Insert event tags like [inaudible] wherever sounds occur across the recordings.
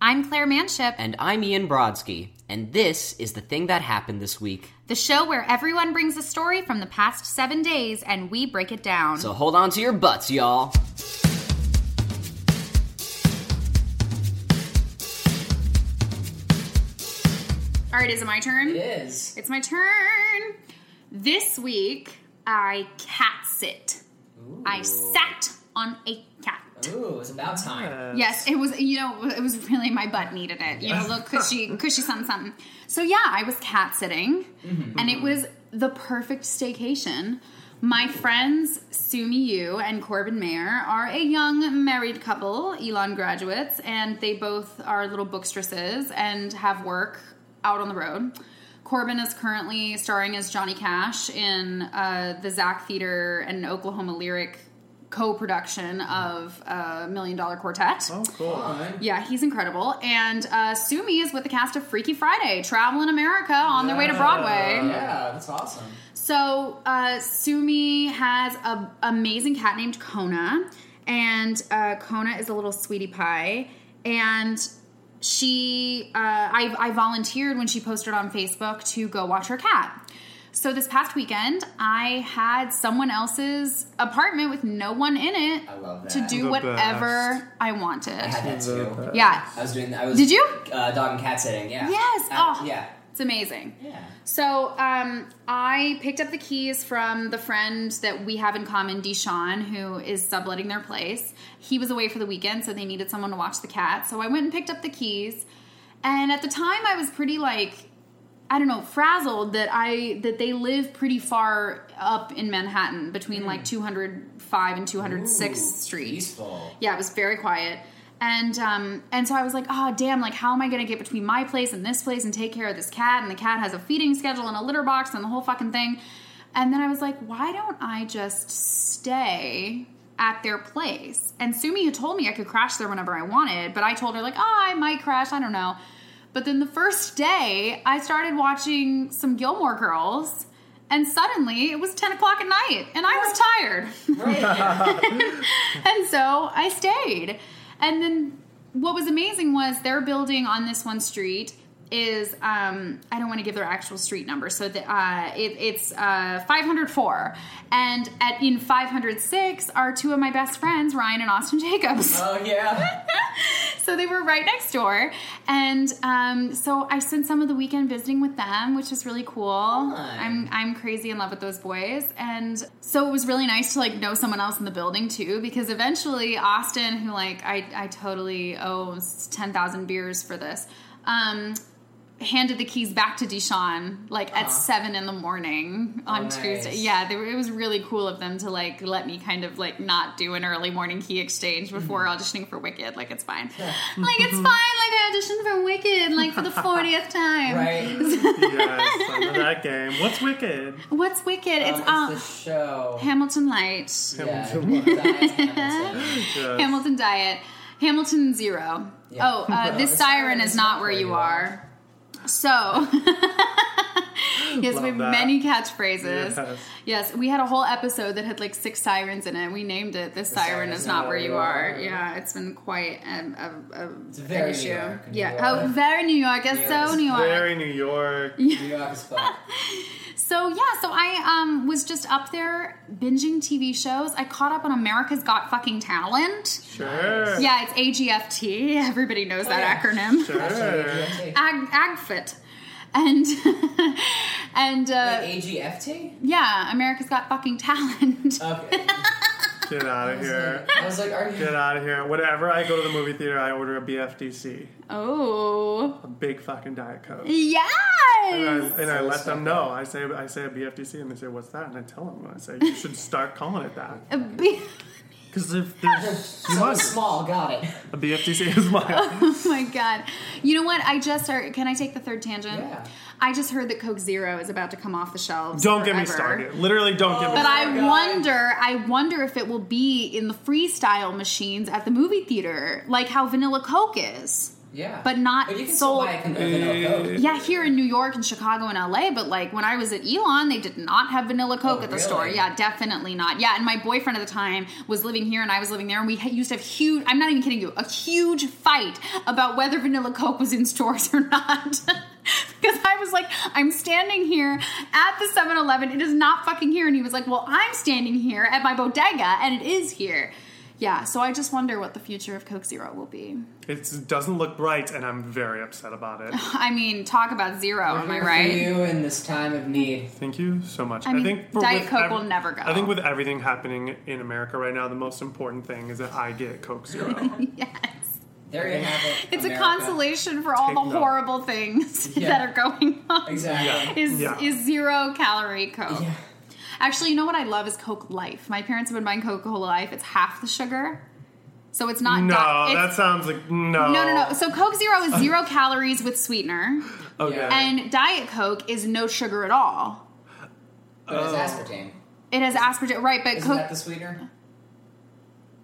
I'm Claire Manship, And I'm Ian Brodsky, and this is the thing that happened this week. the show where everyone brings a story from the past seven days and we break it down. So hold on to your butts, y'all. All right, is it my turn? is. It's my turn. This week, I cat sit. I sat on a cat. Ooh, it's about time. Yes, it was. You know, it was really my butt needed it. You know, little cushy, cushy something, something. So yeah, I was cat sitting, and it was the perfect staycation. My friends Sumi Yu and Corbin Mayer are a young married couple, Elon graduates, and they both are little bookstresses and have work out on the road. Corbin is currently starring as Johnny Cash in uh, the Zach Theater and Oklahoma Lyric co-production of uh, Million Dollar Quartet. Oh, cool. Yeah, he's incredible. And uh, Sumi is with the cast of Freaky Friday, traveling America on their way to Broadway. Uh, Yeah, that's awesome. So uh, Sumi has an amazing cat named Kona, and uh, Kona is a little sweetie pie. And she, uh, I, I volunteered when she posted on Facebook to go watch her cat. So this past weekend, I had someone else's apartment with no one in it I love that. to do The whatever best. I wanted. I had that too. yeah, I was doing. I was. Did you? Uh, dog and cat sitting. Yeah. Yes. Uh, oh, Yeah. It's amazing. Yeah. So um, I picked up the keys from the friend that we have in common, Deshaun, who is subletting their place. He was away for the weekend, so they needed someone to watch the cat. So I went and picked up the keys, and at the time I was pretty like, I don't know, frazzled that I that they live pretty far up in Manhattan, between like 205 and 206th Ooh, Street. Peaceful. Yeah, it was very quiet. And um, and so I was like, oh damn, like how am I gonna get between my place and this place and take care of this cat? And the cat has a feeding schedule and a litter box and the whole fucking thing. And then I was like, why don't I just stay at their place? And Sumi had told me I could crash there whenever I wanted, but I told her like, oh, I might crash, I don't know. But then the first day, I started watching some Gilmore Girls, and suddenly it was ten o'clock at night, and I was tired. [laughs] and so I stayed. And then what was amazing was their building on this one street is um, I don't want to give their actual street number, so the, uh, it, it's uh, 504, and at in 506 are two of my best friends, Ryan and Austin Jacobs Oh yeah. [laughs] so they were right next door and um, so i spent some of the weekend visiting with them which is really cool i'm i'm crazy in love with those boys and so it was really nice to like know someone else in the building too because eventually austin who like i, I totally owe 10000 beers for this um, handed the keys back to Deshaun like at seven in the morning on nice. Tuesday. Yeah, they were, it was really cool of them to like let me kind of like not do an early morning key exchange before Mm-hmm. auditioning for Wicked. Like it's fine, [laughs] like it's fine. Like I auditioned for Wicked like [laughs] for the fortieth time. [laughs] Right. [laughs] yes, I [laughs] know that game. What's Wicked? What's Wicked? it's um, um, it's the show. Hamilton Light, yeah. Hamilton. Diane Hamilton. [laughs] Yes. Hamilton Diet, Hamilton Zero. Yeah. Oh, uh, this This siren is not where you are. So. [laughs] Yes, we have Love that. many catchphrases. Yes. Yes, we had a whole episode that had like six sirens in it. We named it "This Siren Is Not Where You Are." Yeah, it's been quite um, a, a, It's very an New issue. York, New yeah, York. oh, very New York. It's New York so is New York. Very New York. New York as fuck. [laughs] So yeah, so I um, was just up there binging TV shows. I caught up on America's Got Fucking Talent. Sure. Yeah, it's AGFT. Everybody knows that yeah. acronym. Oh, Sure. Ag- AGFIT, and [laughs] and uh, AGFT? yeah, America's Got Fucking Talent. [laughs] Okay. Get out of here. I was like, are you? Get out of here. Whenever I go to the movie theater, I order a BFDC, Oh. a big fucking Diet Coke. And I, Yes. and I let them know. I say I say a BFDC, and they say, "What's that?" And I tell them. And I say, "You should start calling [laughs] it that." A B- Because if there's you So must small, got it. a BFDC is [laughs] mine. [laughs] oh my god. You know what? I just heard. Can I take the third tangent? Yeah. I just heard that Coke Zero is about to come off the shelves. Don't get me forever. started. Oh, Literally, don't get me. But started. I God. wonder, I wonder if it will be in the freestyle machines at the movie theater, like how Vanilla Coke is. Yeah. But not But you can sold- still buy a complete vanilla Coke. Yeah, here in New York and Chicago and LA, but like when I was at Elon, they did not have vanilla Coke Oh, at the store. really? Yeah, definitely not. Yeah, and my boyfriend at the time was living here and I was living there, and we had- used to have huge, I'm not even kidding you, a huge fight about whether vanilla Coke was in stores or not. [laughs] Because I was like, I'm standing here at the 7 Eleven, it is not fucking here. And he was like, Well, I'm standing here at my bodega and it is here. Yeah, so I just wonder what the future of Coke Zero will be. It doesn't look bright, and I'm very upset [sighs] about it. I mean, talk about zero, am I Here for right? [laughs] you in this time of need. Thank you so much. I mean, think Diet with Coke will never go. I think with everything happening in America right now, the most important thing is that I get [laughs] Coke Zero. There you have it. It's America. a consolation for all Take the note. horrible things [laughs] Yeah. that are going on. Exactly. Is Yeah. is zero calorie Coke. Yeah. Actually, you know what I love is Coke Life. My parents have been buying Coca Cola Life. It's half the sugar, so it's not. no, di- that Uh, it's- sounds like no. no, no, no. So Coke Zero is [laughs] zero calories with sweetener, Okay. Yeah. and Diet Coke is no sugar at all. But it's aspartame. It has aspartame, right? But Oh. Isn't Coke. that the sweetener?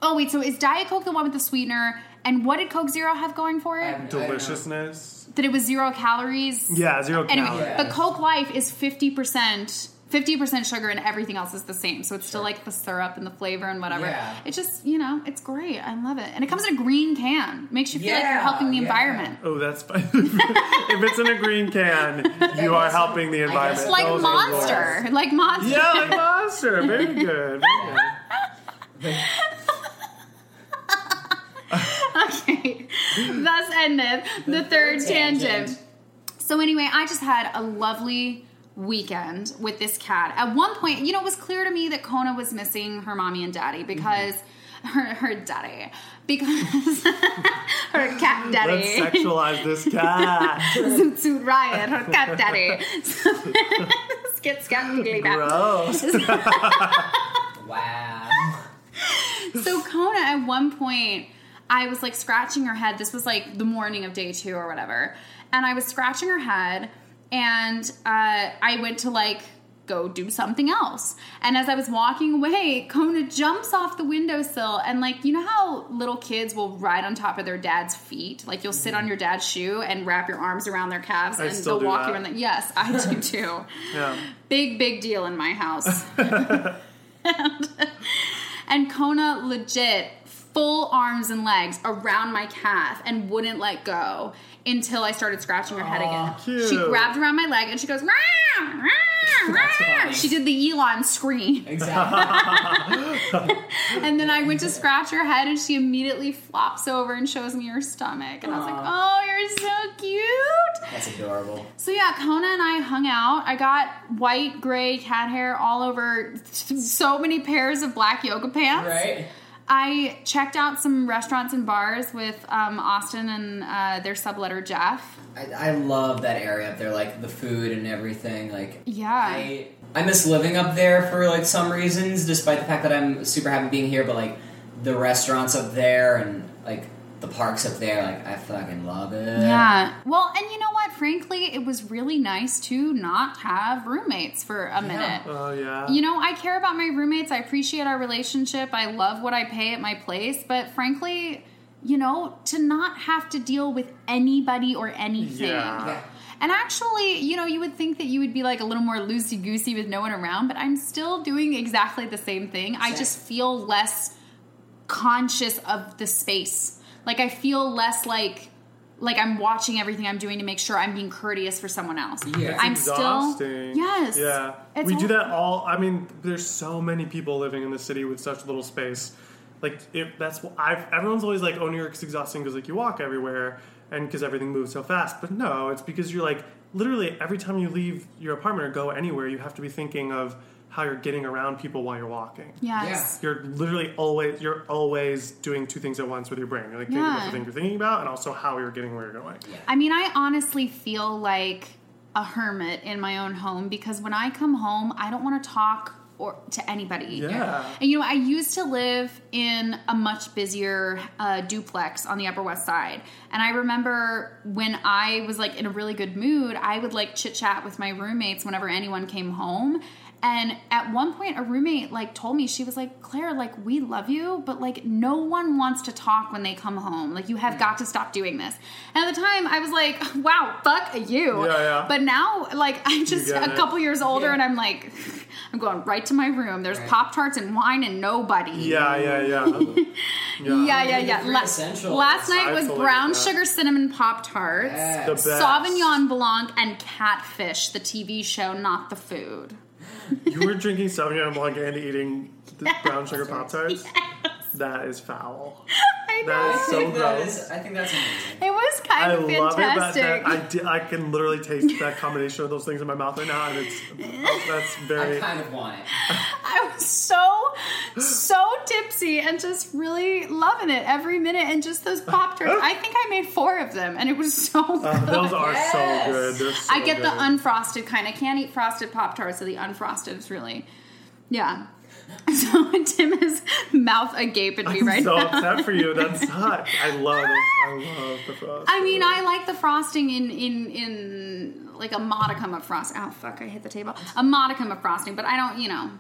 oh wait, so is Diet Coke the one with the sweetener? And what did Coke Zero have going for I it? have- I don't know. Deliciousness. that it was zero calories. Yeah, zero Anyway, calories. Yeah. but Coke Life is fifty percent. 50% sugar and everything else is the same. So it's still like the syrup and the flavor and whatever. Yeah. It's just, you know, it's great. I love it. And it comes in a green can. Makes you feel like you're Yeah, helping the yeah. environment. Oh, that's fine. [laughs] if it's in a [laughs] green can, you are helping the environment. guess- Like Those are Monster. yours. Like Monster. Yeah, like [laughs] monster. Very good. Very good. [laughs] okay. Thus ended the third tangent. tangent. So anyway, I just had a lovely weekend with this cat. At one point, you know, it was clear to me that Kona was missing her mommy and daddy because [laughs] her her daddy because [laughs] her cat daddy. Let's sexualize this cat. [laughs] Zoot Zoot Ryan, her cat daddy. [laughs] Skit scat giggly bat. [laughs] Gross. Wow. [laughs] So Kona, at one point, I was like scratching her head. This was like the morning of day two or whatever, and I was scratching her head, and uh, I went to like go do something else. And as I was walking away, Kona jumps off the windowsill and like you know how little kids will ride on top of their dad's feet, like you'll sit on your dad's shoe and wrap your arms around their calves Mm-hmm. I and still they'll do walk that. you around. The- yes, I [laughs] do too. Yeah. Big big deal in my [laughs] house. [laughs] And Kona legit full arms and legs around my calf and wouldn't let go until I started scratching her head again. Aw, cute. She grabbed around my leg and she goes, "Rah, rah, [laughs] That's rah." nice. She did the Elon scream. [laughs] Exactly. And then I went to scratch her head and she immediately flops over and shows me her stomach. And I was like, oh, you're so cute. That's adorable. So yeah, Kona and I hung out. I got white, gray cat hair all over so many pairs of black yoga pants. Right? I checked out some restaurants and bars with um, Austin and uh, their subletter Jeff. I, I love that area up there, like the food and everything. Like, Yeah. I I miss living up there for like some reasons, despite the fact that I'm super happy being here. But like the restaurants up there and like the parks up there, like I fucking love it. yeah. Well, and you know what? Frankly, it was really nice to not have roommates for a minute. Oh yeah. You know, I care about my roommates. I appreciate our relationship. I love what I pay at my place. But frankly, you know, to not have to deal with anybody or anything. Yeah. Yeah. And actually, you know, you would think that you would be like a little more loosey goosey with no one around, but I'm still doing exactly the same thing. I Same. just feel less conscious of the space. Like I feel less like like I'm watching everything I'm doing to make sure I'm being courteous for someone else. Yeah. It's I'm exhausting. still yes. Yeah. It's we do hor- that all. I mean, there's so many people living in the city with such little space. Like it, that's what I've. Everyone's always like, "Oh, New York's exhausting because like you walk everywhere and because everything moves so fast." But no, it's because you're like literally every time you leave your apartment or go anywhere, you have to be thinking of how you're getting around people while you're walking. Yes. You're literally always you're always doing two things at once with your brain. You're like thinking about Yeah. the thing you're thinking about, and also how you're getting where you're going. I mean, I honestly feel like a hermit in my own home because when I come home, I don't want to talk or to anybody. Yeah. And you know, I used to live in a much busier uh, duplex on the Upper West Side, and I remember when I was like in a really good mood, I would like chit chat with my roommates whenever anyone came home. And at one point, a roommate like told me she was like, "Claire, like we love you, but like no one wants to talk when they come home. Like you have got to stop doing this." And at the time, I was like, "Wow, fuck you." Yeah, yeah. But now, like [laughs] I'm just get a it. couple years older, Yeah. and I'm like, [laughs] I'm going right to my room. There's Right. pop tarts and wine and nobody. Yeah, yeah, yeah. [laughs] Yeah, yeah, yeah. Pretty La- essential. last night I was fully brown agree. sugar cinnamon pop tarts, Yes. The best. Sauvignon Blanc, and Catfish, the TV show, not the food. You were drinking Sauvignon Blanc and eating [laughs] the brown sugar Pop Tarts? That is foul. I That know. is I so think that gross. is. I think that's amazing. It was kind I of love it, but fantastic. that, I, di- I can literally taste that combination of those things in my mouth right now, and it's that's [laughs] I very. kind of want it. [laughs] I was so, so tipsy and just really loving it every minute. And just those Pop [laughs] Tarts. I think I made four of them and it was so good. uh, Those are Yes. so good. They're so I get good. the unfrosted kind. I can't eat frosted Pop Tarts, so the unfrosted is really, yeah. [laughs] So Tim is mouth agape at me right so [laughs] now. upset for you. [laughs] That sucks. I love it. I love the frost. I mean, I like the frosting in in in like a modicum of frost. Oh fuck! I hit the table. A modicum of frosting, but I don't. You know,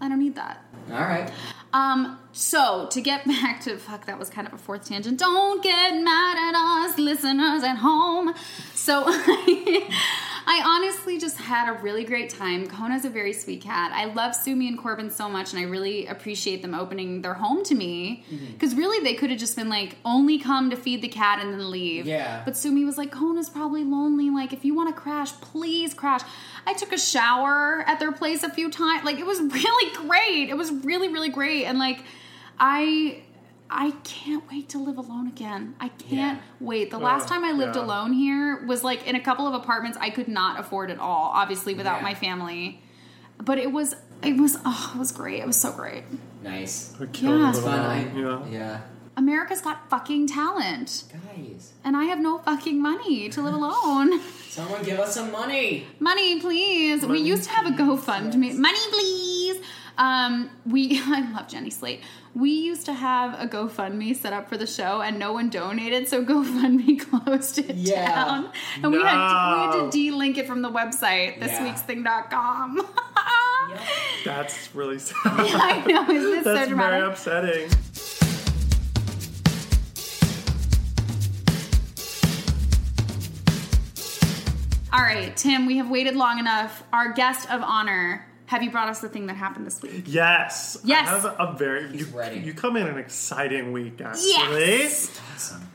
I don't need that. All right. Um, so to get [laughs] back to fuck, that was kind of a fourth tangent. Don't get mad at us, listeners at home. So [laughs] I honestly just had a really great time. Kona's a very sweet cat. I love Sumi and Corbin so much, and I really appreciate them opening their home to me. Because really, they could have just been like, only come to feed the cat and then leave. Yeah. But Sumi was like, Kona's probably lonely. Like, if you want to crash, please crash. I took a shower at their place a few times. Like, it was [laughs] really great. It was really, really great. And like, I. I can't wait to live alone again. I can't wait. The last time I lived yeah. alone here was like in a couple of apartments I could not afford at all, obviously without Yeah. my family. But it was it was oh, it was great. It was so great. Nice. I killed Yeah. it It's Fun. all. I, Um, Yeah. yeah. America's got fucking talent. Guys, and I have no fucking money to live alone. [laughs] someone give us some money. money, please. We used to have a GoFundMe. Money, please. Um, we [laughs] I love Jenny Slate. We used to have a GoFundMe set up for the show, and no one donated, so [laughs] GoFundMe closed it Yeah. down, and we had to, we had No. to de-link it from the website Yeah. thisweeksthing.com. [laughs] That's really sad. I know, is this so That's very dramatic? upsetting. All right, Tim, we have waited long enough. Our guest of honor, have you brought us the thing that happened this week? Yes. Yes. I have a very. You, He's ready. you come in an exciting week, actually. Yes.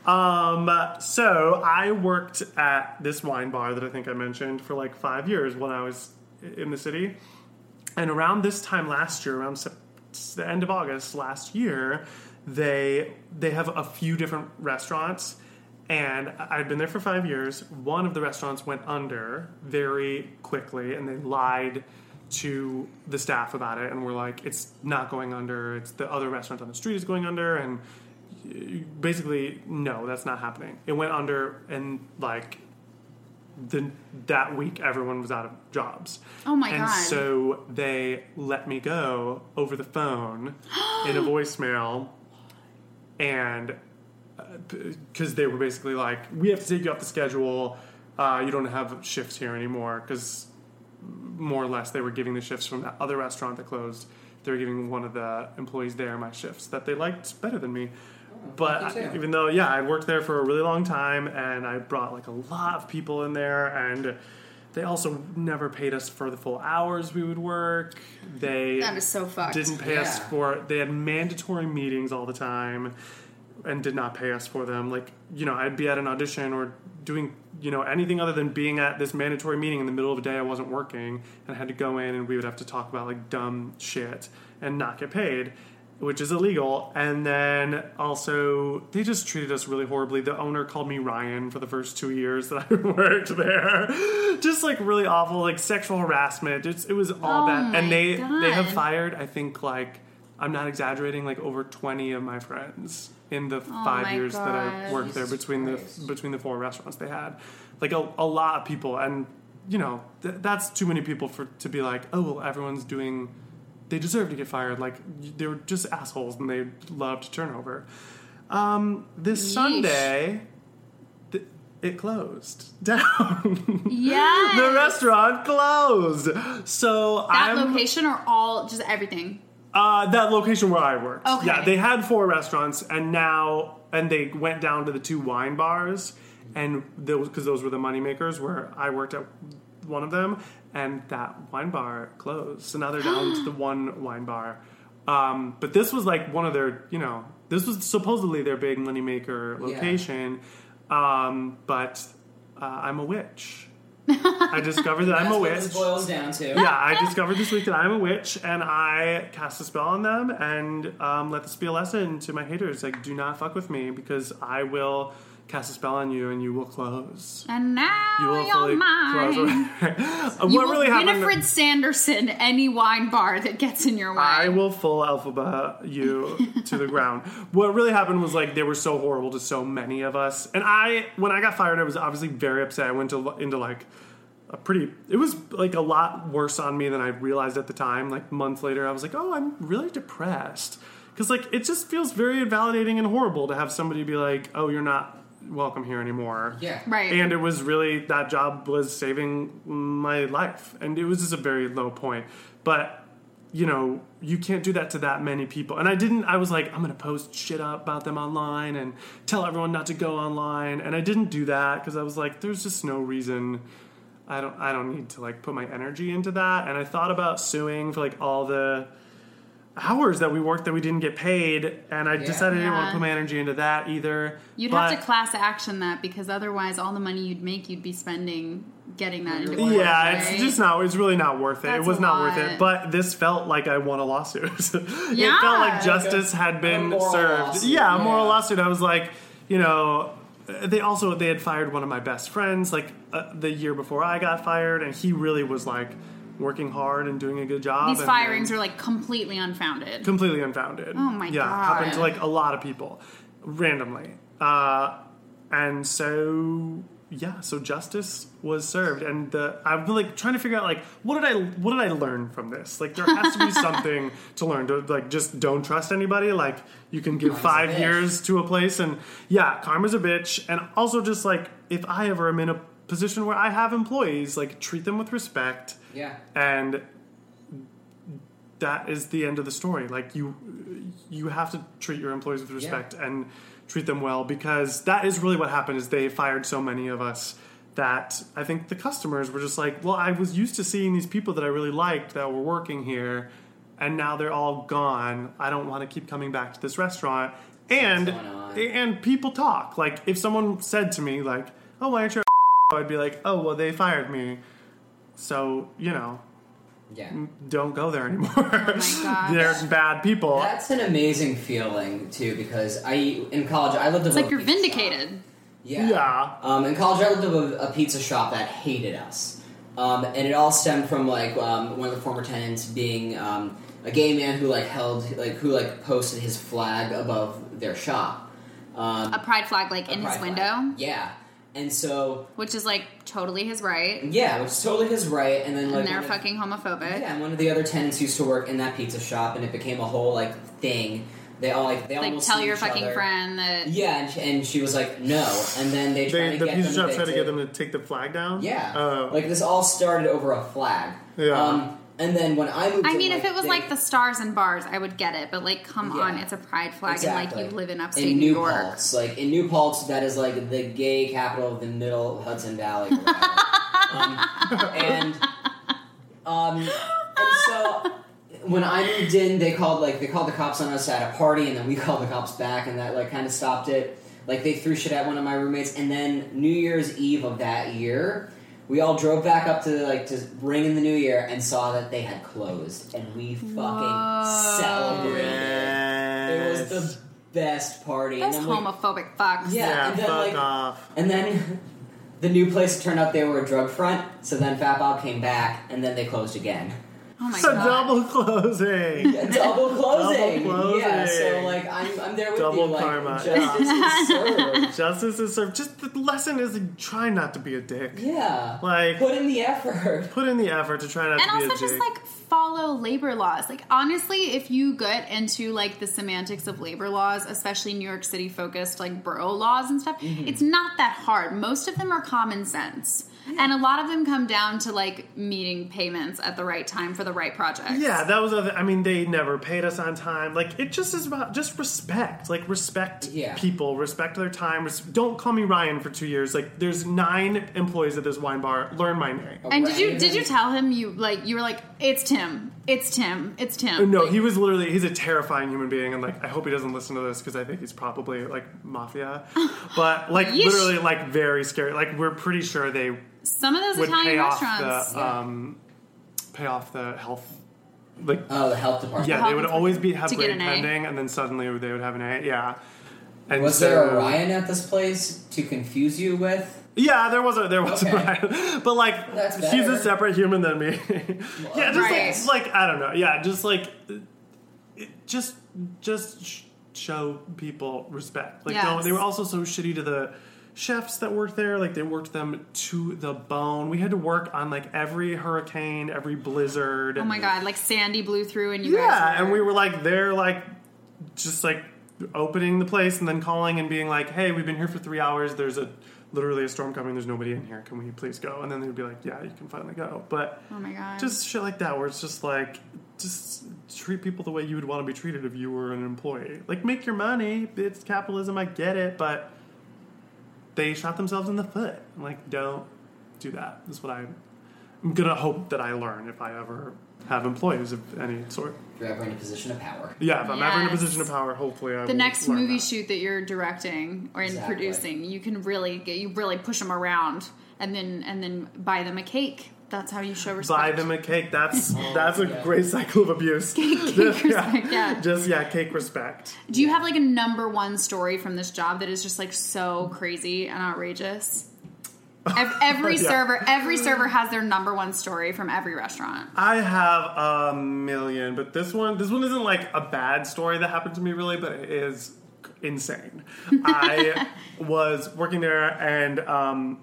Awesome. Um, so I worked at this wine bar that I think I mentioned for like five years when I was in the city. And around this time last year, around sep- the end of August last year, they they have a few different restaurants. And I- I'd been there for five years. One of the restaurants went under very quickly, and they lied to the staff about it and were like, "It's not going under. It's the other restaurant on the street is going under." And basically no that's not happening it went under and like the that week everyone was out of jobs Oh my and God. so they let me go over the phone [gasps] in a voicemail and because they were basically like we have to take you off the schedule uh, you don't have shifts here anymore because more or less they were giving the shifts from that other restaurant that closed. They were giving one of the employees there my shifts that they liked better than me. But lucky I- too. even though, yeah, I worked there for a really long time and I brought like a lot of people in there and they also never paid us for the full hours we would work. They That is so fucked. didn't pay us Yeah. for they had mandatory meetings all the time and did not pay us for them. Like, you know, I'd be at an audition or doing, you know, anything other than being at this mandatory meeting in the middle of a day I wasn't working and I had to go in and we would have to talk about like dumb shit and not get paid, which is illegal. And then also, they just treated us really horribly. The owner called me Ryan for the first two years that [laughs] I worked there. Just like really awful, like sexual harassment. It's, it was all Oh bad. my And they, they have God. fired, I think, like, I'm not exaggerating, like over 20 of my friends in the five Oh my years that I God. worked there Jesus between Christ. the between the four restaurants they had. Like a, a lot of people, and you know, th- that's too many people for to be like, oh, well, everyone's doing, they deserve to get fired. Like, y- they were just assholes and they loved turnover. Um, this Yeesh. Sunday, th- it closed [laughs] down. Yes. [laughs] the restaurant closed. So That I'm location or all just everything. uh, that location where I worked. Okay. Yeah, they had four restaurants, and now and they went down to the two wine bars, and those because those were the money makers. Where I worked at one of them, and that wine bar closed. So now they're down [gasps] to the one wine bar. Um, but this was like one of their, you know, this was supposedly their big money maker location. Um, but uh, I'm [laughs] a witch. I discovered that I'm That's a what witch this boils down to. yeah, I discovered this week that I'm a witch, and I cast a spell on them, and um, let this be a lesson to my haters: like, do not fuck with me because I will cast a spell on you, and you will close. And now You you will are mine. close. You [laughs] what will really happened? Winifred Sanderson any wine bar that gets in your way. I will full alphabet you to the ground. What really happened was like they were so horrible to so many of us, and I when I got fired, I was obviously very upset. I went to into like a pretty. It was like a lot worse on me than I realized at the time. Like months later, I was like, oh, I'm really depressed because like it just feels very invalidating and horrible to have somebody be like, oh, you're not welcome here anymore. Yeah. right. And it was really that job was saving my life. And it was just a very low point. But you know, you can't do that to that many people. And I didn't I was like, I'm gonna post shit up about them online and tell everyone not to go online. And I didn't do that because I was like, there's just no reason I don't I don't need to like put my energy into that. And I thought about suing for like all the hours that we worked that we didn't get paid and I decided I didn't want Yeah. to put my energy into that either. You'd But- have to class action that because otherwise, all the money you'd make, you'd be spending getting that. Into court, Yeah, right? it's just not. It's really not worth it. That's it was a not worth it. lot. But this felt like I won a lawsuit. [laughs] it Yeah. felt like justice had been moral served. lawsuit, Yeah, a moral yeah. lawsuit. I was like, you know, uh, they also they had fired one of my best friends like uh, the year before I got fired, and he really was like working hard and doing a good job. These and- firings are like completely unfounded. [laughs] completely unfounded. Oh my yeah, God. happened to like a lot of people randomly. Uh, and so yeah, so justice was served, and the, I'm like trying to figure out like what did I what did I learn from this? Like there has to be something to learn. To, like just don't trust anybody. Like you can give a five bitch. years to a place, and yeah, karma's a bitch. And also just like if I ever am in a position where I have employees, like treat them with respect Yeah. and that is the end of the story like you you have to treat your employees with respect and treat them well because that is really what happened is they fired so many of us that i think the customers were just like well i was used to seeing these people that i really liked that were working here and now they're all gone i don't want to keep coming back to this restaurant and going on? and people talk like if someone said to me like oh why aren't you a [laughs] i'd be like oh well they fired me so you know Yeah. don't go there anymore. [laughs] Oh gosh. They're bad people. That's an amazing feeling too, because I in college I lived above. it's like a you're pizza shop. vindicated. Yeah. yeah. Um, in college, I lived above a pizza shop that hated us, um, and it all stemmed from like um, one of the former tenants being um, a gay man who like held like who like posted his flag above their shop. Um, A pride flag, like in pride his flag. window, Yeah, and so which is like totally his right. yeah, which is totally his right. And then like And they're one of- fucking homophobic. Yeah, and one of the other tenants used to work in that pizza shop, and it became a whole like thing. They all like they Like, almost tell see your each fucking other. friend that. Yeah, and she, and she was like, no. And then they tried They, to the get pizza them shop tried to get evicted. them to take the flag down. Yeah, Oh. like this all started over a flag. Yeah. Um, and then when I moved, I in, mean, if like, it was they- like the stars and bars, I would get it. But like, come Yeah. on, it's a pride flag, exactly. and like you live in upstate in New, New York. Paltz, like in New Paltz, that is like the gay capital of the Middle [laughs] Hudson Valley, or whatever. um, and um, and so when I moved in, they called like they called the cops on us at a party, and then we [laughs] called the cops back, and that like kind of stopped it. Like they threw shit at one of my roommates, and then New Year's Eve of that year, we all drove back up to like to ring in the new year and saw that they had closed, and we fucking Whoa. celebrated. It was the best party. Those and then, like, homophobic fucks. Yeah. yeah, and then, fuck like- oh off. and then [laughs] the new place turned out they were a drug front. So then Fat Bob came back, and then they closed again. [laughs] Oh my So god. double closing. Double closing. Double Yeah. So closing. like I'm, I'm there with Double you. Like, karma, [laughs] Justice is served. Justice is served. Just the lesson is like, try not to be a dick. Yeah. Like Put in the effort. put in the effort to try not and to be a also just dick. like follow labor laws. Like honestly, if you get into like the semantics of labor laws, especially New York City focused like borough laws and stuff, Mm-hmm. it's not that hard. Most of them are common sense. And a lot of them come down to like meeting payments at the right time for the right project. Yeah, that was. Other, I mean, they never paid us on time. Like it just is about just respect. Like respect Yeah. people, respect their time. Res- don't call me Ryan for two years. Like there's nine employees at this wine bar. Learn my name. [laughs] Uh, And did you did you tell him you like you were like it's Tim, it's Tim, it's Tim? No, he was literally. He's a terrifying human being, and like I hope he doesn't listen to this because I think he's probably like mafia. But like Yeesh. literally, like very scary. Like we're pretty sure they would Some of those pay Italian off restaurants. the um, pay off the health. Like Oh, the health department. Yeah, Well, they would it's always like be have to get grade an A. pending, and then suddenly they would have an A. Yeah. And Was so, there a Ryan at this place to confuse you with? Yeah, there was a there was Okay. a Ryan, [laughs] but like That's he's better. a separate human than me. [laughs] yeah, just Right. like, like I don't know. Yeah, just like it- just just sh- show people respect. Like don't, they Yes. were also so shitty to the chefs that worked there. Like they worked them to the bone. We had to work on like every hurricane, every blizzard. oh my god, like Sandy blew through and you guys. Yeah, and we were like there, like just like opening the place and then calling and being like, "Hey, we've been here for three hours. There's a literally a storm coming. There's nobody in here. Can we please go?" And then they'd be like, "Yeah, you can finally go." But Oh my god. just shit like that, where it's just like, just treat people the way you would want to be treated if you were an employee. Like, make your money. It's capitalism. I get it, but they shot themselves in the foot. Like, don't do that. Is what I'm. I'm gonna hope that I learn if I ever have employees of any sort. If you're ever in a position of power. Yeah, if I'm ever in a Yes. position of power, hopefully I the will next learn movie that. shoot that you're directing or in Exactly. producing, you can really get you really push them around and then and then buy them a cake. That's how you show respect. Buy them a cake. That's that's a yeah. great cycle of abuse. Cake, [laughs] cake respect, yeah. Just yeah, cake respect. Do you have like a number one story from this job that is just like so crazy and outrageous? Ev- Every [laughs] Yeah. server, every server has their number one story from every restaurant. I have a million, but this one this one isn't like a bad story that happened to me really, but it is [laughs] insane. I was working there and um,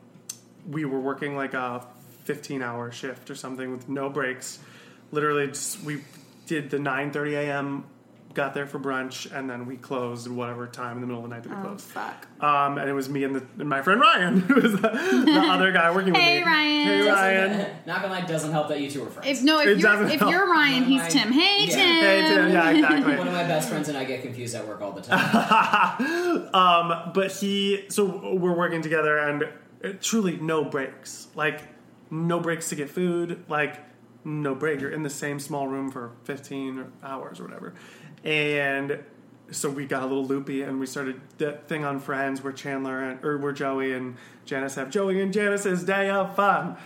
we were working like a 15 hour shift or something with no breaks. Literally, just, we did the 9:30 a.m. Got there for brunch and then we closed whatever time in the middle of the night that we Oh closed. fuck! Um, and it was me and, the, and my friend Ryan, [laughs] who was the, the other guy working Hey, with me. Ryan. Hey Ryan. [laughs] Not gonna lie, doesn't help that you two are friends. If no, if It you're doesn't if help. you're Ryan, he's Mine- Tim. Hey, Yeah. Tim. Hey Tim. Yeah, exactly. One of my best friends and I get confused at work all the time. Um, but he, so we're working together, and uh, truly no breaks. Like no breaks to get food. Like no break. You're in the same small room for 15 hours or whatever. And so we got a little loopy, and we started that thing on Friends where Chandler and or where Joey and Janice have Joey and Janice's day of fun.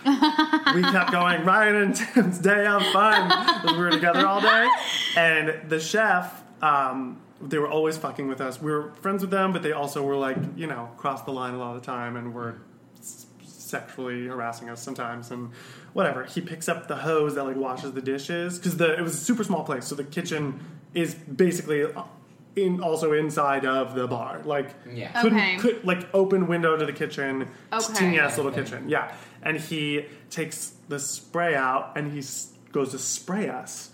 we kept going, Ryan and Tim's day of fun. we were together all day. And the chef, um, they were always fucking with us. We were friends with them, but they also were like, you know, crossed the line a lot of the time and were s- sexually harassing us sometimes and whatever. He picks up the hose that like washes the dishes because the it was a super small place, so the kitchen is basically uh, in also inside of the bar. Like Yeah. couldn't, Okay. could- like open window to the kitchen, just Okay. teeny ass little Okay. kitchen. Yeah, and he takes the spray out and he s- goes to spray us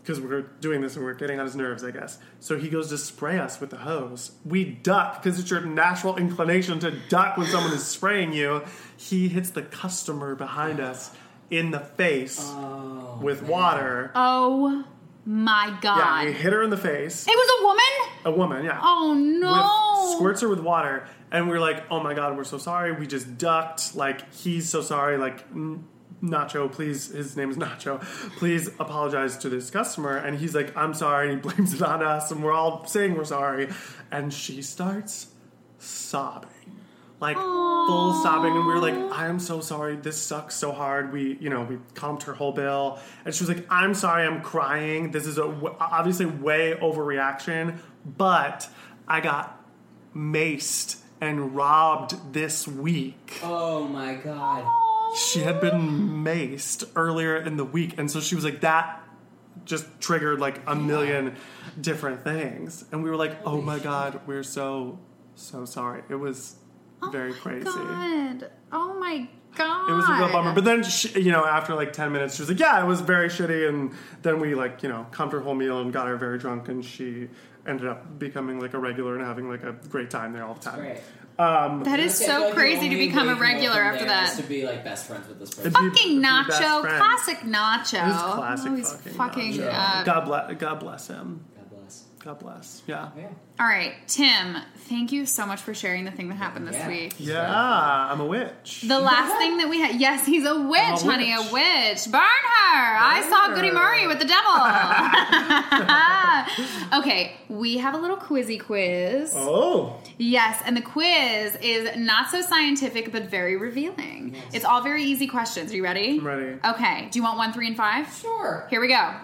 because we're doing this and we're getting on his nerves, I guess. So he goes to spray us with the hose. We duck because it's your natural inclination to duck when someone is spraying you. He hits the customer behind us in the face Oh, with man. water. Oh my Yeah, god! we it hit her in the face. was a woman. A woman, yeah Oh no! with, squirts her with water, and we're like, oh my god, we're so sorry. We just ducked. Like he's so sorry. Like N- Nacho, please, his name is Nacho. Please apologize to this customer. And he's like, I'm sorry. He [laughs] blames it on us, and we're all saying we're sorry. And she starts sobbing. Like full sobbing, and we were like, "I am so sorry. This sucks so hard." We, you know, we comped her whole bill, and she was like, "I'm sorry. I'm crying. This is a w- obviously way overreaction, but I got maced and robbed this week." Oh my god. she had been maced earlier in the week, and so she was like, "That just triggered like a million different things," and we were like, "Oh my god, we're so so sorry." It was Oh very my crazy. God. Oh my God. It was a real bummer. But then, she, you know, after like 10 minutes, she was like, yeah, it was very shitty. And then we, like, you know, comped her whole meal and got her very drunk. And she ended up becoming like a regular and having like a great time there all the time. Great. that is I feel like so the crazy to only become a way can go regular from after there is that. to be like best friends with this person. And be- Fucking be best Nacho, friends. classic Nacho. It was classic Always fucking, fucking. Nacho. uh, God, bless, God bless him. God bless. Oh, God bless. Yeah. Yeah. all right, Tim. Thank you so much for sharing the thing that happened this Yeah. week. Yeah, I'm a witch. The last thing that we had, yes, he's a witch, I'm a honey, a witch. witch. Burn her! I saw Burn Goody her. Murray with the [laughs] devil. [laughs] okay, we have a little quizzy quiz. oh. Yes, and the quiz is not so scientific but very revealing. It's all very easy questions. Are you ready? I'm ready. Okay, do you want one, three, and five? Sure. Here we go.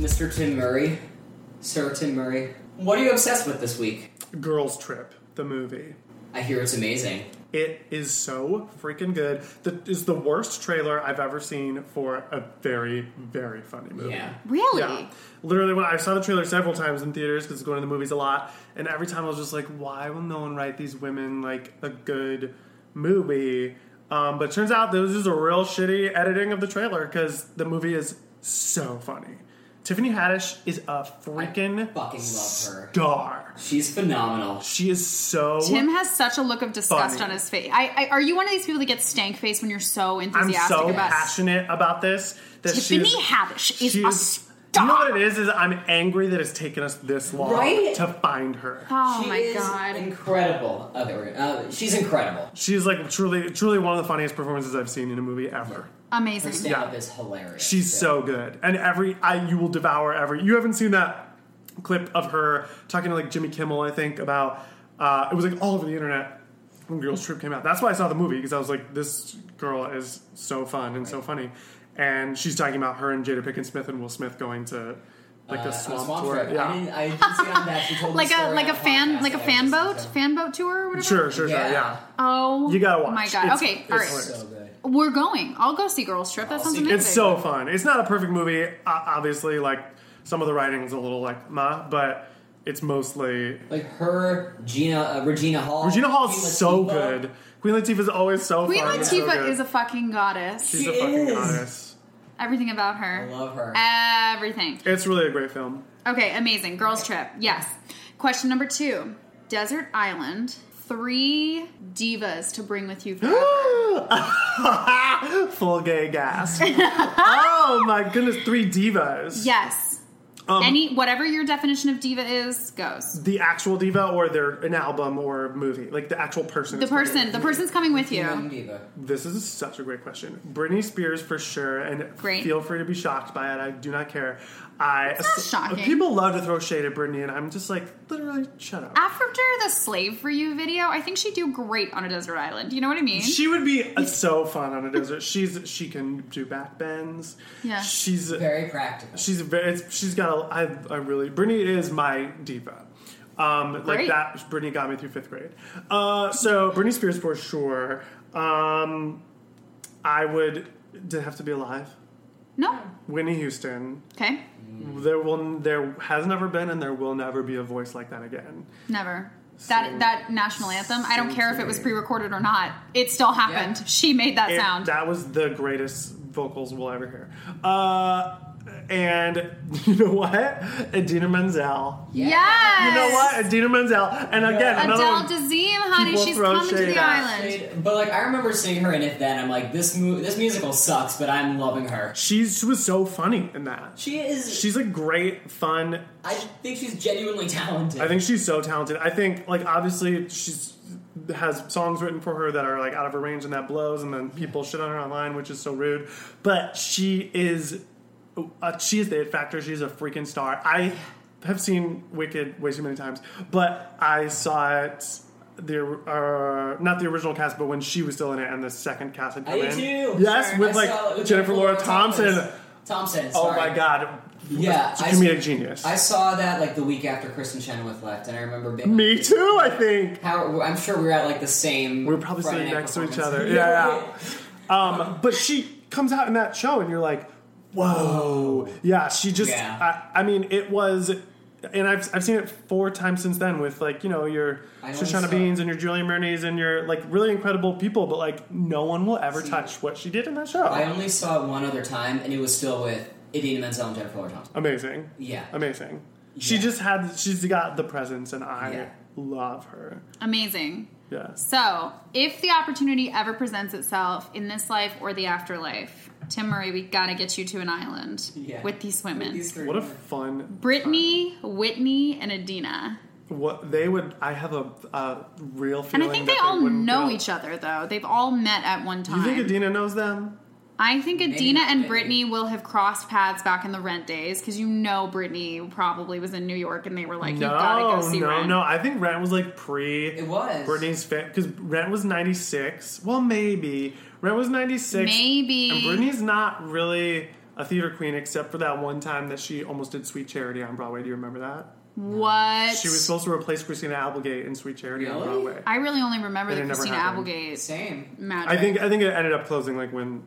Mr. Tim Murray. Sir Tim Murray. What are you obsessed with this week? Girls Trip, the movie. I hear it's amazing. It is so freaking good. That is the worst trailer I've ever seen for a very, very funny movie. Yeah. Really? Yeah. Literally, when I saw the trailer several times in theaters because going to the movies a lot, and every time I was just like, why will no one write these women like a good movie? Um, but it turns out this is a real shitty editing of the trailer because the movie is so funny. Tiffany Haddish is a freaking fucking love her. star. She's phenomenal. She is so Tim has such a look of disgust Funny. on his face. I, I, are you one of these people that gets stank face when you're so I'm enthusiastic so about passionate about this. That she Tiffany is- Haddish is she a Do you know star. what it is? Is I'm angry that it's taken us this long Right? to find her. Oh she my is god. Incredible. Oh, there we go. Uh, she's incredible. She's like truly, truly one of the funniest performances I've seen in a movie ever. Her Amazing. stand-up is hilarious. Uh, She's Yeah. so good, and every I you will devour every. You haven't seen that clip of her talking to like Jimmy Kimmel, I think about. Uh, it was like all over the internet when Girls Trip came out. That's why I saw the movie because I was like, this girl is so fun and so funny, and she's talking about her and Jada Pinkett Smith and Will Smith going to like Uh, the a swamp, swamp tour. trip. I Yeah, didn't, I didn't see it on that. She [laughs] told the Like a story like on a fan podcast like a that I fan listened boat to. fan boat tour or whatever. sure, sure, Yeah. sure, yeah. Oh, You gotta watch. My God. It's- okay, it's all right. hilarious. So good. We're going. I'll go see Girls Trip. That I'll sounds see- amazing. It's so fun. It's not a perfect movie, o- obviously. Like some of the writing is a little like ma, but it's mostly Like her, Gina, uh, Regina Hall. Regina Hall's Queen so Latifah. good. Queen Latifah is always so Queen fun. and so Latifah good. is a fucking goddess. she's a She fucking is. goddess. Everything about I her. love her. Everything. It's really a great film. [laughs] Okay, amazing. Girls Trip. Yes. Question number two: Desert Island. Three divas to bring with you [gasps] forever. Full gay [laughs] gas. oh my goodness, three divas. yes. Um, Any whatever your definition of diva is goes. the actual diva or their an album or a movie, like the actual person. The is- person. The person's coming with Young you. diva. This is such a great question. Britney Spears for sure, and Great. feel free to be shocked by it. I do not care. I It's not shocking. people love to throw shade at Britney, and I'm just like, literally, shut up. After the slave for you video, I think she'd do great on a desert island. You know what I mean? She would be uh, so fun on a desert. She's she can do back bends. Yeah. she's Very practical. she's very it's, she's got a, I, I really Britney is my diva. Um, like Great. that Britney got me through fifth grade. Uh, so Britney Spears for sure. Um, I would to have to be alive. no. Whitney Houston. Okay. There will there has never been and there will never be a voice like that again. Never. That Same- that national anthem. I don't same care if to it was me. pre-recorded or not. It still happened. Yeah. She made that It- sound. That was the greatest vocals we'll ever hear. Uh, and [laughs] you know what? Adina Menzel. Yeah. Yes. You know what? Adina Menzel. And again, Yeah. another Adele one. Dazeem, honey, People she's throw coming to shade the at. island. But like I remember seeing her in If Then, I'm like, this mo- this musical sucks, but I'm loving her. She's, she was so funny in that. She is. She's a great, fun. I think she's genuinely talented. I think she's so talented. I think, like, obviously, she's has songs written for her that are like out of her range, and that blows. And then people shit on her online, which is so rude. But she is, uh, she is the it factor. She's a freaking star. I have seen Wicked way too many times, but I saw it. The uh, not the original cast, but when she was still in it, and the second cast had I come did in. too. Yes, Sure. with I like saw it with Jennifer Laura Thompson. Thompson. Oh sorry. my god, Yeah, She's a I comedic s- genius. I saw that like the week after Kristen Chenoweth left, and I remember being Me too, I think. How I'm sure we were at like the same. We were probably Friday sitting night next to each performance. other. [laughs] Yeah, yeah. Um, but she comes out in Oh. that show, and you're like, whoa. Yeah, she just, Yeah. I, I mean, it was and I've, I've seen it four times since then with like you know your I uh, only Shoshana saw- Beans and your Julia Murnay's and your like really incredible people, but like no one will ever See. touch what she did in that show. I only saw it one other time, and it was still with Idina Menzel and Jennifer Lawrence Thompson. amazing, Yeah. amazing. She Yeah. just had she's got the presence, and I Yeah. love her. Amazing. Yes, So, if the opportunity ever presents itself in this life or the afterlife, Tim Murray, we gotta get you to an island Yeah. with these women. These three what a women. fun Brittany, Whitney, and Adina. what they would. I have a, a real And feeling. I think that they all wouldn't know go. each other, though. They've all met at one You time. think Adina knows them? I think Adina not and Whitney. Brittany will have crossed paths back in the rent days because you know Brittany probably was in New York and they were like, you gotta No, go see no, Rent. no. I think Rent was like pre. It was. Brittany's fan because Rent was ninety six. Well, maybe Rent was ninety six. Maybe. And Brittany's not really a theater queen except for that one time that she almost did Sweet Charity on Broadway. Do you remember that? What? She was supposed to replace Christina Applegate in Sweet Charity on Really? Broadway. I really only remember And the it never Christina happened. Applegate Same. magic. I think I think it ended up closing like when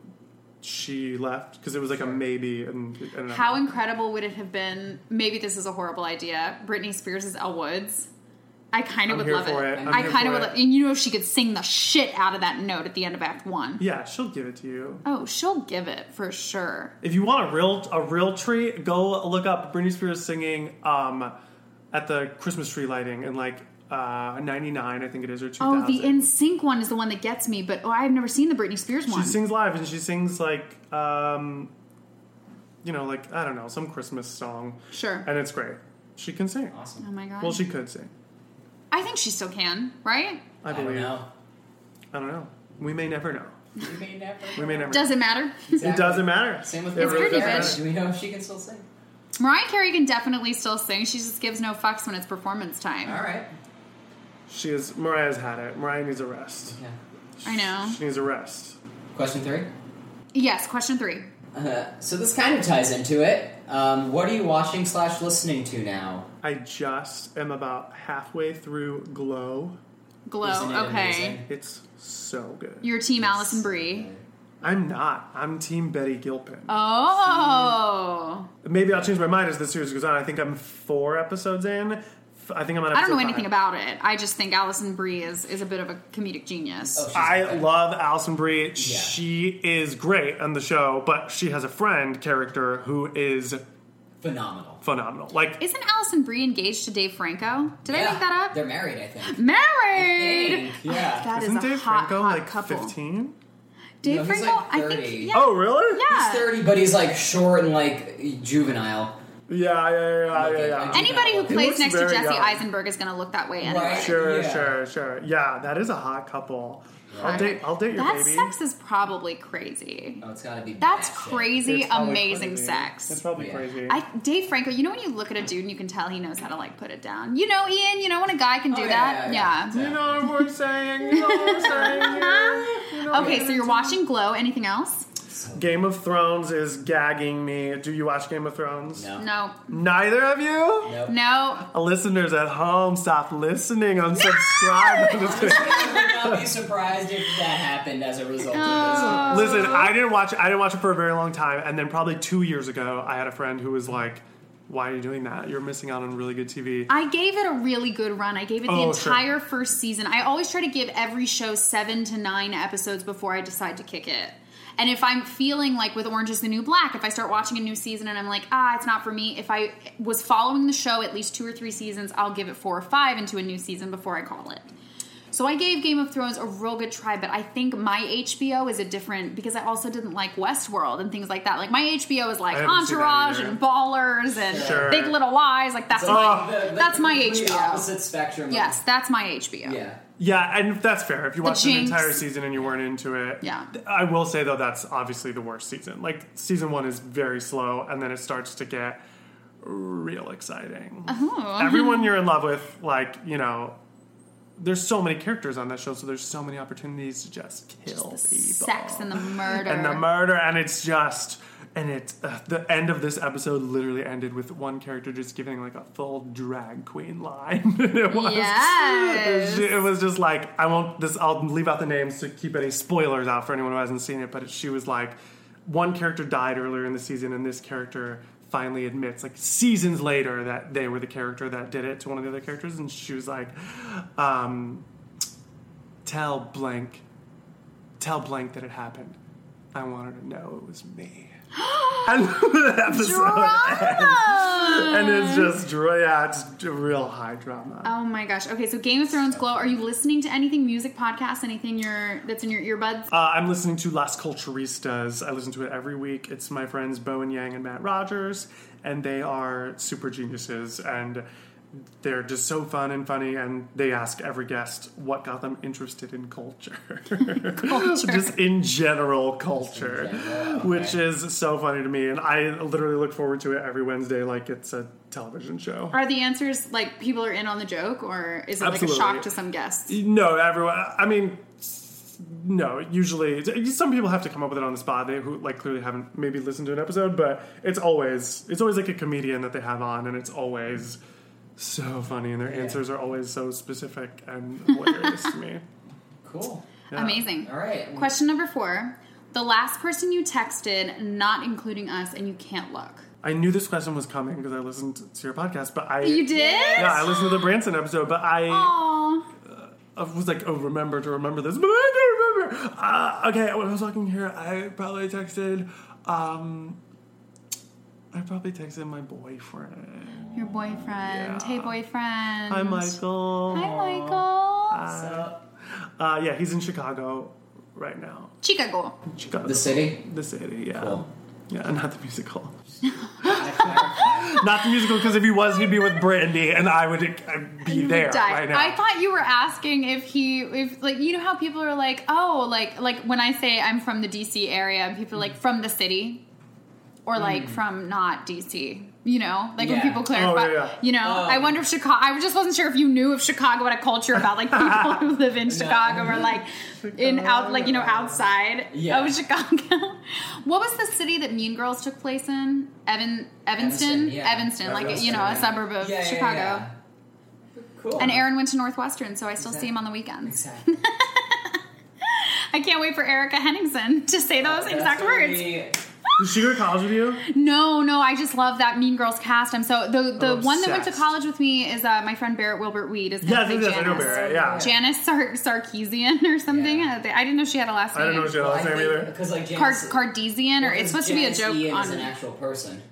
she left because it was like a maybe and it ended up- How incredible would it have been? Maybe this is a horrible idea. Britney Spears is Elle Woods. I kind I'm of would here love for it. it. I'm I here kind of for would. it. Love, and you know, she could sing the shit out of that note at the end of Act One. Yeah, she'll give it to you. Oh, she'll give it for sure. If you want a real a real treat, go look up Britney Spears singing um, at the Christmas tree lighting in like uh, ninety nine, I think it is, or two Oh, thousand. the In Sync one is the one that gets me, but oh, I've never seen the Britney Spears she one. sings live and she sings like um, you know, like I don't know, some Christmas song, sure. and it's great. She can sing. Oh Awesome. my god. Well, she could sing. I think she still can, right? I I don't believe. know. I don't know. We may never know. We may never. [laughs] We may never. Doesn't matter. [laughs] It doesn't matter. Same with It It's Mariah Britney, Carey. bitch. Do we know if she can still sing? Mariah Carey can definitely still sing. She just gives no fucks when it's performance time. All right. She is. Mariah's had it. Mariah needs a rest. Yeah. I know. She needs a rest. Question three. Yes, question three. Uh, so this kind of ties into it. Um, what are you watching slash listening to now? I just am about halfway through Glow. Glow. Isn't it okay. amazing? It's so good. Your team, Allison Brie. I'm not. I'm Team Betty Gilpin. Oh. Maybe I'll change my mind as the series goes on. I think I'm four episodes in. F- I think I'm on. I don't know episode anything five. about it. I just think Allison Brie is, is a bit of a comedic genius. Oh, she's I okay. love Alison Brie. She is great on the show, but she has a friend character who is Phenomenal. phenomenal. Like Isn't Allison Brie engaged to Dave Franco? Did I Yeah. make that up? They're married, I think. Married. I think, yeah. Oh, that is isn't a Dave hot, Franco hot like couple. 15? Dave No, he's Franco, like I 30. think. Yeah. Oh, really? yeah. He's thirty, but he's like short and like juvenile. Yeah, yeah, yeah, yeah, Okay, yeah. I do Anybody who He plays looks next to very Jesse young. Eisenberg is going to look that way anyway. Right. Sure, Yeah. sure, sure. Yeah, that is a hot couple. I'll Right. date. I'll date your that baby. sex is probably crazy. Oh, it's gotta be. That's batshit. crazy, It's probably amazing crazy. It's sex. probably Yeah. crazy. I, Dave Franco, you know when you look at a dude and you can tell he knows how to like put it down. You know, Ian, you know when a guy can Oh, do yeah, that. yeah, yeah. you know what I'm saying? You know what I'm [laughs] saying? here? You know what Okay, I'm so you're saying? watching Glow. Anything else? Game of Thrones is gagging me. Do you watch Game of Thrones? No. No, Neither of you? Nope. no. Listeners at home, stop listening. [laughs] Unsubscribe. I'm just kidding. I would not be surprised if that happened as a result Uh, of Listen, Oh. I didn't watch. I didn't watch it for a very long time, and then probably two years ago, I had a friend who was like, "Why are you doing that? You're missing out on really good TV." I gave it a really good run. I gave it the Oh, sure. entire first season. I always try to give every show seven to nine episodes before I decide to kick it. And if I'm feeling like with Orange is the New Black, if I start watching a new season and I'm like, ah, it's not for me, if I was following the show at least two or three seasons, I'll give it four or five into a new season before I call it. So I gave Game of Thrones a real good try, but I think my HBO is a different because I also didn't like Westworld and things like that. Like my HBO is like I haven't seen that Entourage either. and Ballers and Sure. Big Little Lies. Like that's this. my Oh. Like, the- the that's my complete HBO. Opposite spectrum. of- Yes, that's my HBO. Yeah. Yeah, and that's fair. If you watched an Jinx. entire season and you weren't into it, Yeah. I will say though that's obviously the worst season. Like season one is very slow, and then it starts to get real exciting. Uh-huh. Everyone you're in love with, like you know, there's so many characters on that show, so there's so many opportunities to just kill people, Sex and the murder. and the murder, and it's just. And it's uh, the end of this episode literally ended with one character just giving like a full drag queen line. [laughs] it was Yes. she- it was just like I won't this I'll leave out the names to keep any spoilers out for anyone who hasn't seen it but she was like one character died earlier in the season and this character finally admits, like seasons later, that they were the character that did it to one of the other characters, and she was like, um, "Tell blank, tell blank that it happened. I wanted to know it was me." and [laughs] the episode, Drama! [laughs] and it's just dra- yeah, it's real high drama. Oh my gosh. Okay, so Game of Thrones glow. Are you listening to anything music podcasts? Anything your that's in your earbuds? Uh, I'm listening to Las Culturistas. I listen to it every week. It's my friends Bowen Yang and Matt Rogers, and they are super geniuses, and they're just so fun and funny. And they ask every guest what got them interested in culture, [laughs] [laughs] just in general culture, general, okay. which is so funny to me. And I literally look forward to it every Wednesday, like it's a television show. Are the answers like people are in on the joke, or is it Absolutely. like a shock to some guests? No, everyone. I mean, s- no. Usually, some people have to come up with it on the spot. They who like clearly haven't maybe listened to an episode, but it's always it's always like a comedian that they have on, and it's always so funny, and their answers are always so specific and hilarious to me. Cool. Yeah. Amazing. All right. Question number four: The last person you texted, not including us, and you can't look. I knew this question was coming because I listened to your podcast, but I You did? Yeah, I listened to the Branson episode, but I. Aw. I was like, oh, remember to remember this, [laughs] but I don't remember. Uh, okay, when I was talking here, I probably texted, um, I probably texted my boyfriend. Your boyfriend. Hey, boyfriend. Hi, Michael. Hi, Michael. Uh, uh, yeah, he's in Chicago right now. Chicago. Chicago. [laughs] The city. The city, yeah. Cool. Yeah, not the musical. Not the musical, because if he was, he'd be with Brandy, and I would I'd be there Die. right now. I thought you were asking if he, if like you know how people are like, oh, like like when I say I'm from the DC area, and people are like from the city, or like from not DC. You know, like when Yeah. people clarify. Hmm. Oh, yeah, yeah. You know, Oh. I wonder if Chicago. I just wasn't sure if you knew if Chicago had a culture about like people [laughs] who live in Chicago or like in out like you know outside Yeah. of Chicago. what was the city that Mean Girls took place in? Evan Evanston, Evanston, yeah. Evanston, like you know a Evanston. suburb of Yeah, yeah, Chicago. yeah. Cool. And Aaron went to Northwestern, so I still see him on the weekends. [laughs] Exactly. I can't wait for Erica Henningsen to Oh, say those exact That's gonna words. be- Did she go to college with you? No, no, I just love that Mean Girls cast. I'm so the the I'm one that went to obsessed. college with me is uh, my friend Barrett Wilbert Weed. Is gonna Yes, play yes, yes, I know Janice. Barrett, yeah. Janice Sar- Sarkeesian or something. Yeah. Uh, they- I didn't know she had a last I name. don't know if she had a last name either. Because like Card- Janice, Cardesian, or it's supposed to be a Janice joke Ian on. is an actual person.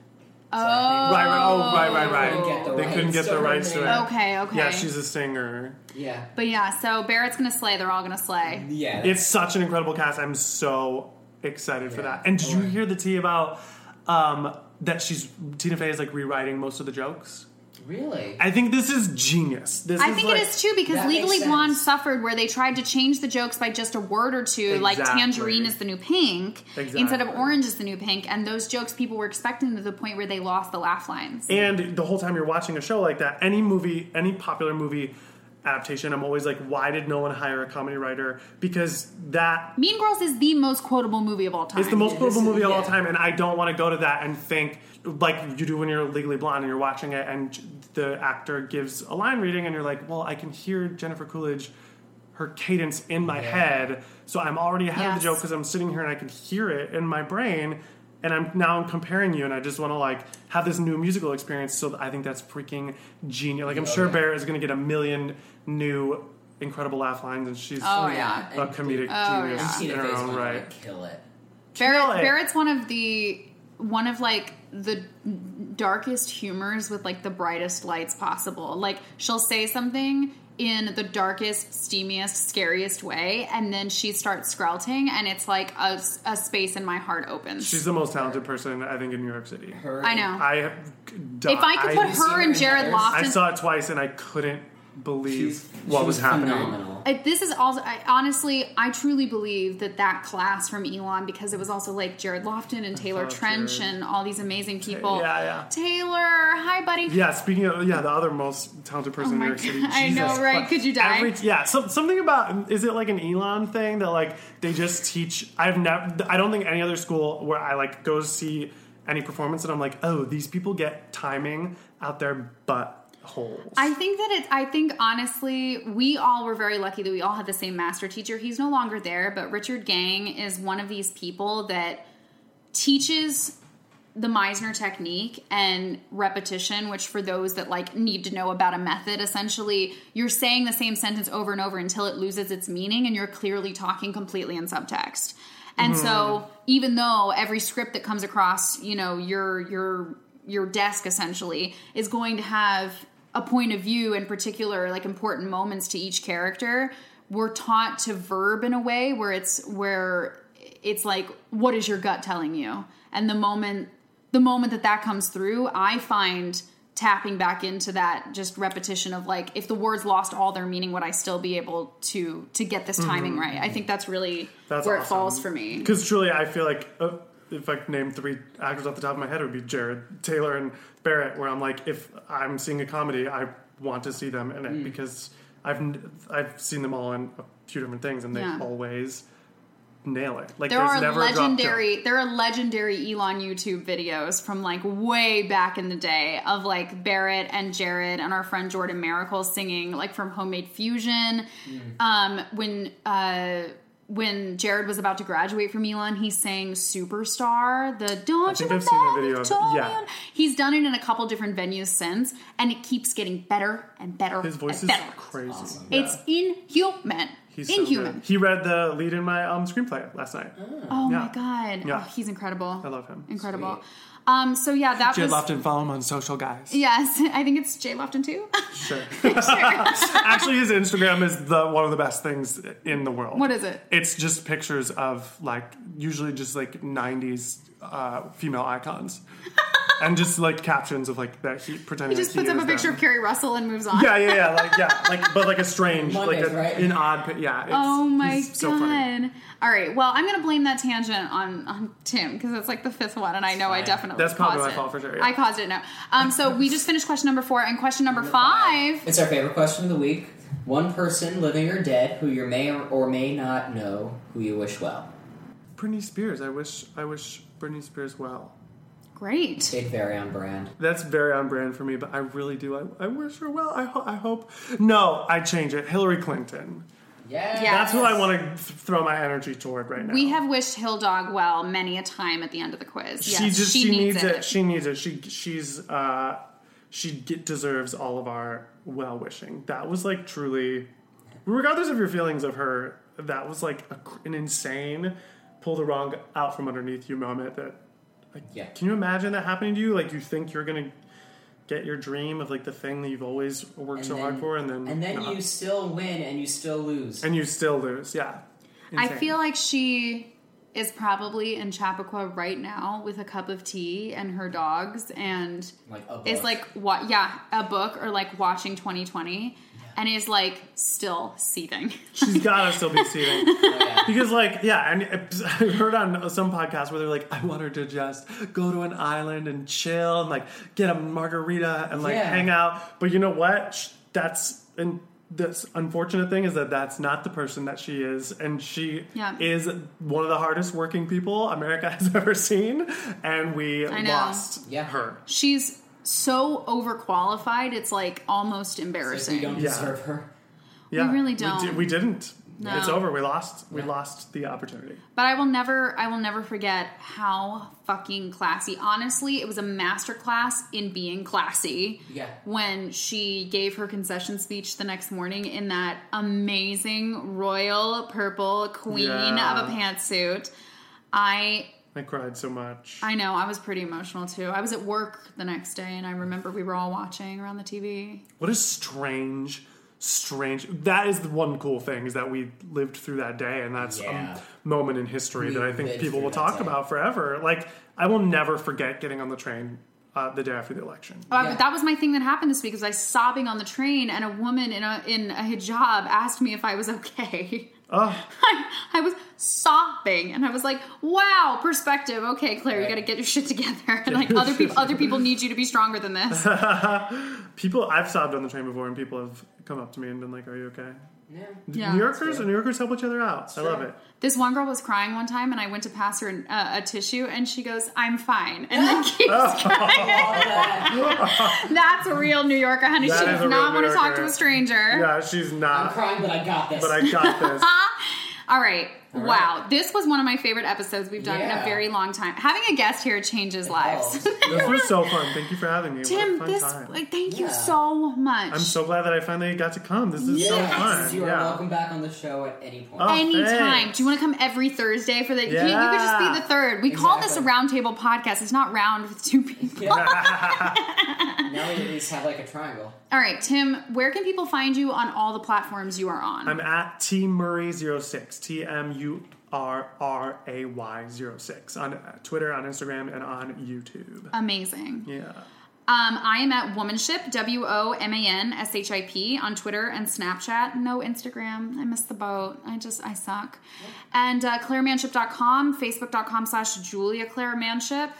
oh, Right, right, oh, right, right, right. Couldn't get the They rights couldn't get to the her rights to name. it. Okay, okay. Yeah, she's a singer. Yeah. but yeah, so Barrett's gonna slay. They're all gonna slay. Yeah. It's such an incredible cast. I'm so excited for Yeah. that. And did you Alright. hear the tea about um, that she's Tina Fey is like rewriting most of the jokes? really. I think this is genius. This I is think like, it is too because That makes Legally sense. Blonde suffered where they tried to change the jokes by just a word or two, like Exactly. tangerine is the new pink instead of Exactly. orange is the new pink, and those jokes people were expecting to the point where they lost the laugh lines. And the whole time you're watching a show like that, any movie, any popular movie adaptation, I'm always like, why did no one hire a comedy writer? Because that mean Girls is the most quotable movie of all time. It's the most Yeah, quotable this is- movie of all yeah. time, and I don't want to go to that and think like you do when you're legally blonde and you're watching it, and the actor gives a line reading, and you're like, well, I can hear Jennifer Coolidge, her cadence in my head, so I'm already ahead of Yes. the joke because I'm sitting here and I can hear it in my brain. And I'm now I'm comparing you, and I just want to like have this new musical experience. So I think that's freaking genius. Like I'm Oh, Yeah. sure Bear is going to get a million new incredible laugh lines, and she's Oh, a yeah. And comedic Oh, yeah. genius Tina in her Fey's own gonna, right. like, Kill it. Kill Barrett, it. Barrett's one of the one of like the darkest humors with like the brightest lights possible. Like she'll say something in the darkest, steamiest, scariest way, and then she starts scrouting, and it's like a, s- a space in my heart opens. She's the most talented person I think in New York City. Her. I know. I have died. if I could put you seen her her and in Jared Heathers? Lofton, I saw it twice and I couldn't believe She's, what she was, happening. Phenomenal. I- this is also I, honestly, I truly believe that that class from Elon, because it was also like Jared Lofton and Taylor thought Trench Jared- and all these amazing people. Yeah, yeah. Taylor, hi, buddy. Yeah, speaking of yeah, the other most talented Oh person in my New York City. God, I Jesus know, right? Christ. Could you die? Every- yeah, so, something about is it like an Elon thing that like they just teach? I've never. I don't think any other school where I like go see any performance and I'm like, oh, these people get timing out their butt holes. I think that it's, I think honestly, we all were very lucky that we all had the same master teacher. He's no longer there, but Richard Gang is one of these people that teaches the Meisner technique and repetition, which for those that like need to know about a method, essentially you're saying the same sentence over and over until it loses its meaning and you're clearly talking completely in subtext. And so even though every script that comes across, you know, your your your desk essentially is going to have a point of view in particular like important moments to each character, we're taught to verb in a way where it's where it's like what is your gut telling you and the moment the moment that that comes through i find tapping back into that just repetition of like if the words lost all their meaning would i still be able to to get this timing right i think that's really Mm-hmm. That's where it awesome. falls for me Because truly, I feel like uh, if I could name three actors off the top of my head, it would be Jared, Taylor, and Barrett. Where I'm like, if I'm seeing a comedy, I want to see them in it Mm. because I've n- I've seen them all in a few different things, and they Yeah. always nail it. Like there there's are never a drop joke. legendary there are legendary elon youtube videos from like way back in the day of like barrett and jared and our friend jordan miracle singing like from homemade fusion Mm. um when uh when Jared was about to graduate from Elon, he sang "Superstar." The don't you think know I've seen a that video you of it. told Yeah. me on-" He's done it in a couple different venues since, and it keeps getting better and better. His voice and is better. crazy. Awesome. It's inhuman. He's so inhuman. good. He read the lead in my um, screenplay last night. Oh Yeah. my god. Yeah. Oh, he's incredible. I love him. Incredible. Um, so yeah, that Jay was Lofton, follow him on social, guys. yes. [laughs] I think it's Jay Lofton too. [laughs] Sure. [laughs] Sure. Actually, his Instagram is the one of the best things in the world. What is it? It's just pictures of like usually just like '90s uh, female [laughs] icons, and just like captions of like that he pretending. He just like puts up is a picture them. of Carrie Russell and moves on. Yeah, yeah, yeah, like yeah, like but like a strange, Mondays, like a, right? an odd, pi- yeah. It's, Oh my he's so funny. god. All right. Well, I'm gonna blame that tangent on on Tim because it's like the fifth one, and I know I fine. definitely That's probably caused my it. fault for sure, yeah. I caused it. No. Um. So we just finished question number four and question number five. It's our favorite question of the week. One person, living or dead, who you may or may not know, who you wish well. Britney Spears. I wish, I wish Britney Spears well. Great. Big very on brand. That's very on brand for me, but I really do. I, I wish her well. I, ho- I hope. No, I change it. Hillary Clinton. Yeah. Yeah. That's who I want to th- throw my energy toward right now. We have wished Hill Dog well many a time at the end of the quiz. Yes, she just she, needs, it. it. She needs it. She she's uh she get, deserves all of our well wishing. That was like truly, regardless of your feelings of her, that was like a, cr- an insane pull the rug out from underneath you moment. That like, Yeah. can you imagine that happening to you? Like you think you're gonna get your dream of like the thing that you've always worked And so then- hard for, and then And then not. you still win and you still lose. and you still lose. Yeah, I Insane. feel like she is probably in Chappaqua right now with a cup of tea and her dogs and like a book. is like what yeah, a book or like watching 2020 and is like still seething. she's gotta still be seating. [laughs] Oh, yeah. Because, like, yeah, and it- I heard on some podcast where they're like, I want her to just go to an island and chill and like get a margarita and like Yeah. hang out. But you know what? Sh- That's and this unfortunate thing is that that's not the person that she is, and she Yeah. is one of the hardest working people America [laughs] has ever seen, and we I know. lost Yeah. her. She's so overqualified, it's like almost Like, we embarrassing. don't Yeah. deserve her. Yeah, really We, don't. di- we didn't. No. It's over. We lost. We Yeah. lost the opportunity. But I will never, I will never forget how fucking classy. Honestly, it was a masterclass in being classy. Yeah. When she gave her concession speech the next morning in that amazing royal purple queen Yeah. of a pantsuit, I. I cried so much. I know, I was pretty emotional too. I was at work the next day and I remember we were all watching around the TV. What a strange, strange. That is the one cool thing is that we lived through that day, and that's Yeah. a moment in history We that I think lived people through will that talk day. about forever. Like I will never forget getting on the train uh, the day after the election. Uh, Yeah. That was my thing that happened this week. Was I was sobbing on the train, and a woman in a in a hijab asked me if I was okay. [laughs] I, I was sobbing, and I was like, "Wow, perspective. Okay, Claire, you Right. got to get your shit together. [laughs] And like other people, other people need you to be stronger than this. People, I've sobbed on the train before, and people have come up to me and been like, "Are you okay?" [laughs] Yeah. Yeah. New Yorkers, New Yorkers help each other out. I love it. This one girl was crying one time, and I went to pass her an, uh, a tissue, and she goes, "I'm fine," and then keeps All crying. [laughs] that. That's a real New Yorker, honey. That she is a does real not New want to talk Yorker. to a stranger. Yeah, she's I'm [laughs] not, crying, but I got this. but I got this. All right, All Wow, this was one of my favorite episodes we've done in Yeah. a very long time. Having a guest here changes [laughs] lives. Oh, This was so fun. Thank you for having me. Tim, what a fun this time. like thank you Yeah. so much. I'm so glad that I finally got to come. This is so Yes. fun. You are yeah. welcome back on the show at any point. Oh. Anytime. thanks. Do you want to come every Thursday for the? You, you could just Yeah. be the third. We call this a Exactly. roundtable podcast. It's not round with two people. [laughs] Now we at least have like a triangle. All right, Tim. Where can people find you on all the platforms you are on? I'm at T Murray06. T M U R R A Y 06 on uh, Twitter, on Instagram, and on YouTube. Amazing. Yeah. Um, I am at Womanship, W O M A N S H I P, on Twitter and Snapchat. No Instagram. I missed the boat. I just, I suck. And uh, ClaireManship.com, Facebook.com slash Julia Claire Manship.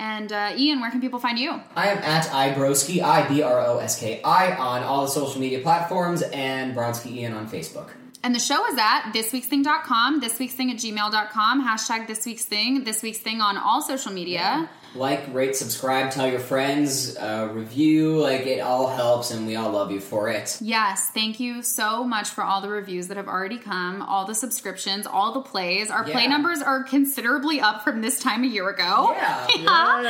And uh, Ian, where can people find you? I am at Ibroski, I B R O S K I, on all the social media platforms, and Bronski Ian on Facebook. And the show is at thisweeksthing.com, thisweeksthing at gmail.com, hashtag thisweeksthing, thisweeksthing on all social media. Like, rate, subscribe, tell your friends, uh, review. Like, it all helps, and we all love you for it. Yes, thank you so much for all the reviews that have already come, all the subscriptions, all the plays. Our play Yeah. numbers are considerably up from this time a year ago. Yeah. [laughs]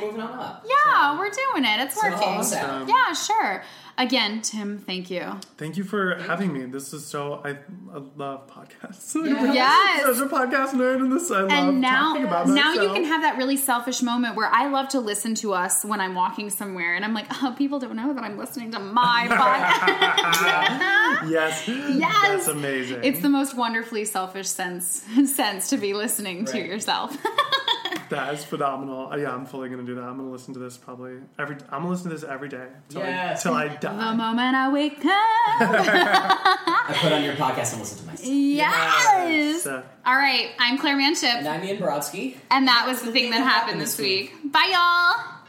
We're moving on up. Oh. Yeah, we're doing it. It's So working. help us out. Yeah, sure. Again, Tim, thank you. Thank you for having me. This is so I, I love podcasts. [laughs] Yes. such a podcast nerd in this. I love And talking now, about now you myself. can have that really selfish moment where I love to listen to us when I'm walking somewhere, and I'm like, oh, people don't know that I'm listening to my podcast. [laughs] yes, Yes. that's amazing. it's the most wonderfully selfish sense [laughs] sense to be listening to Right. yourself. [laughs] that is phenomenal. Uh, yeah, I'm fully gonna do that. I'm gonna listen to this probably every. I'm gonna listen to this every day till Yes. I till I the die. moment I wake up, I put on your podcast and listen to myself. yes. So, All right, I'm Claire Manship, And I'm Ian Brodsky. and that was the thing that happened this week. Bye, y'all.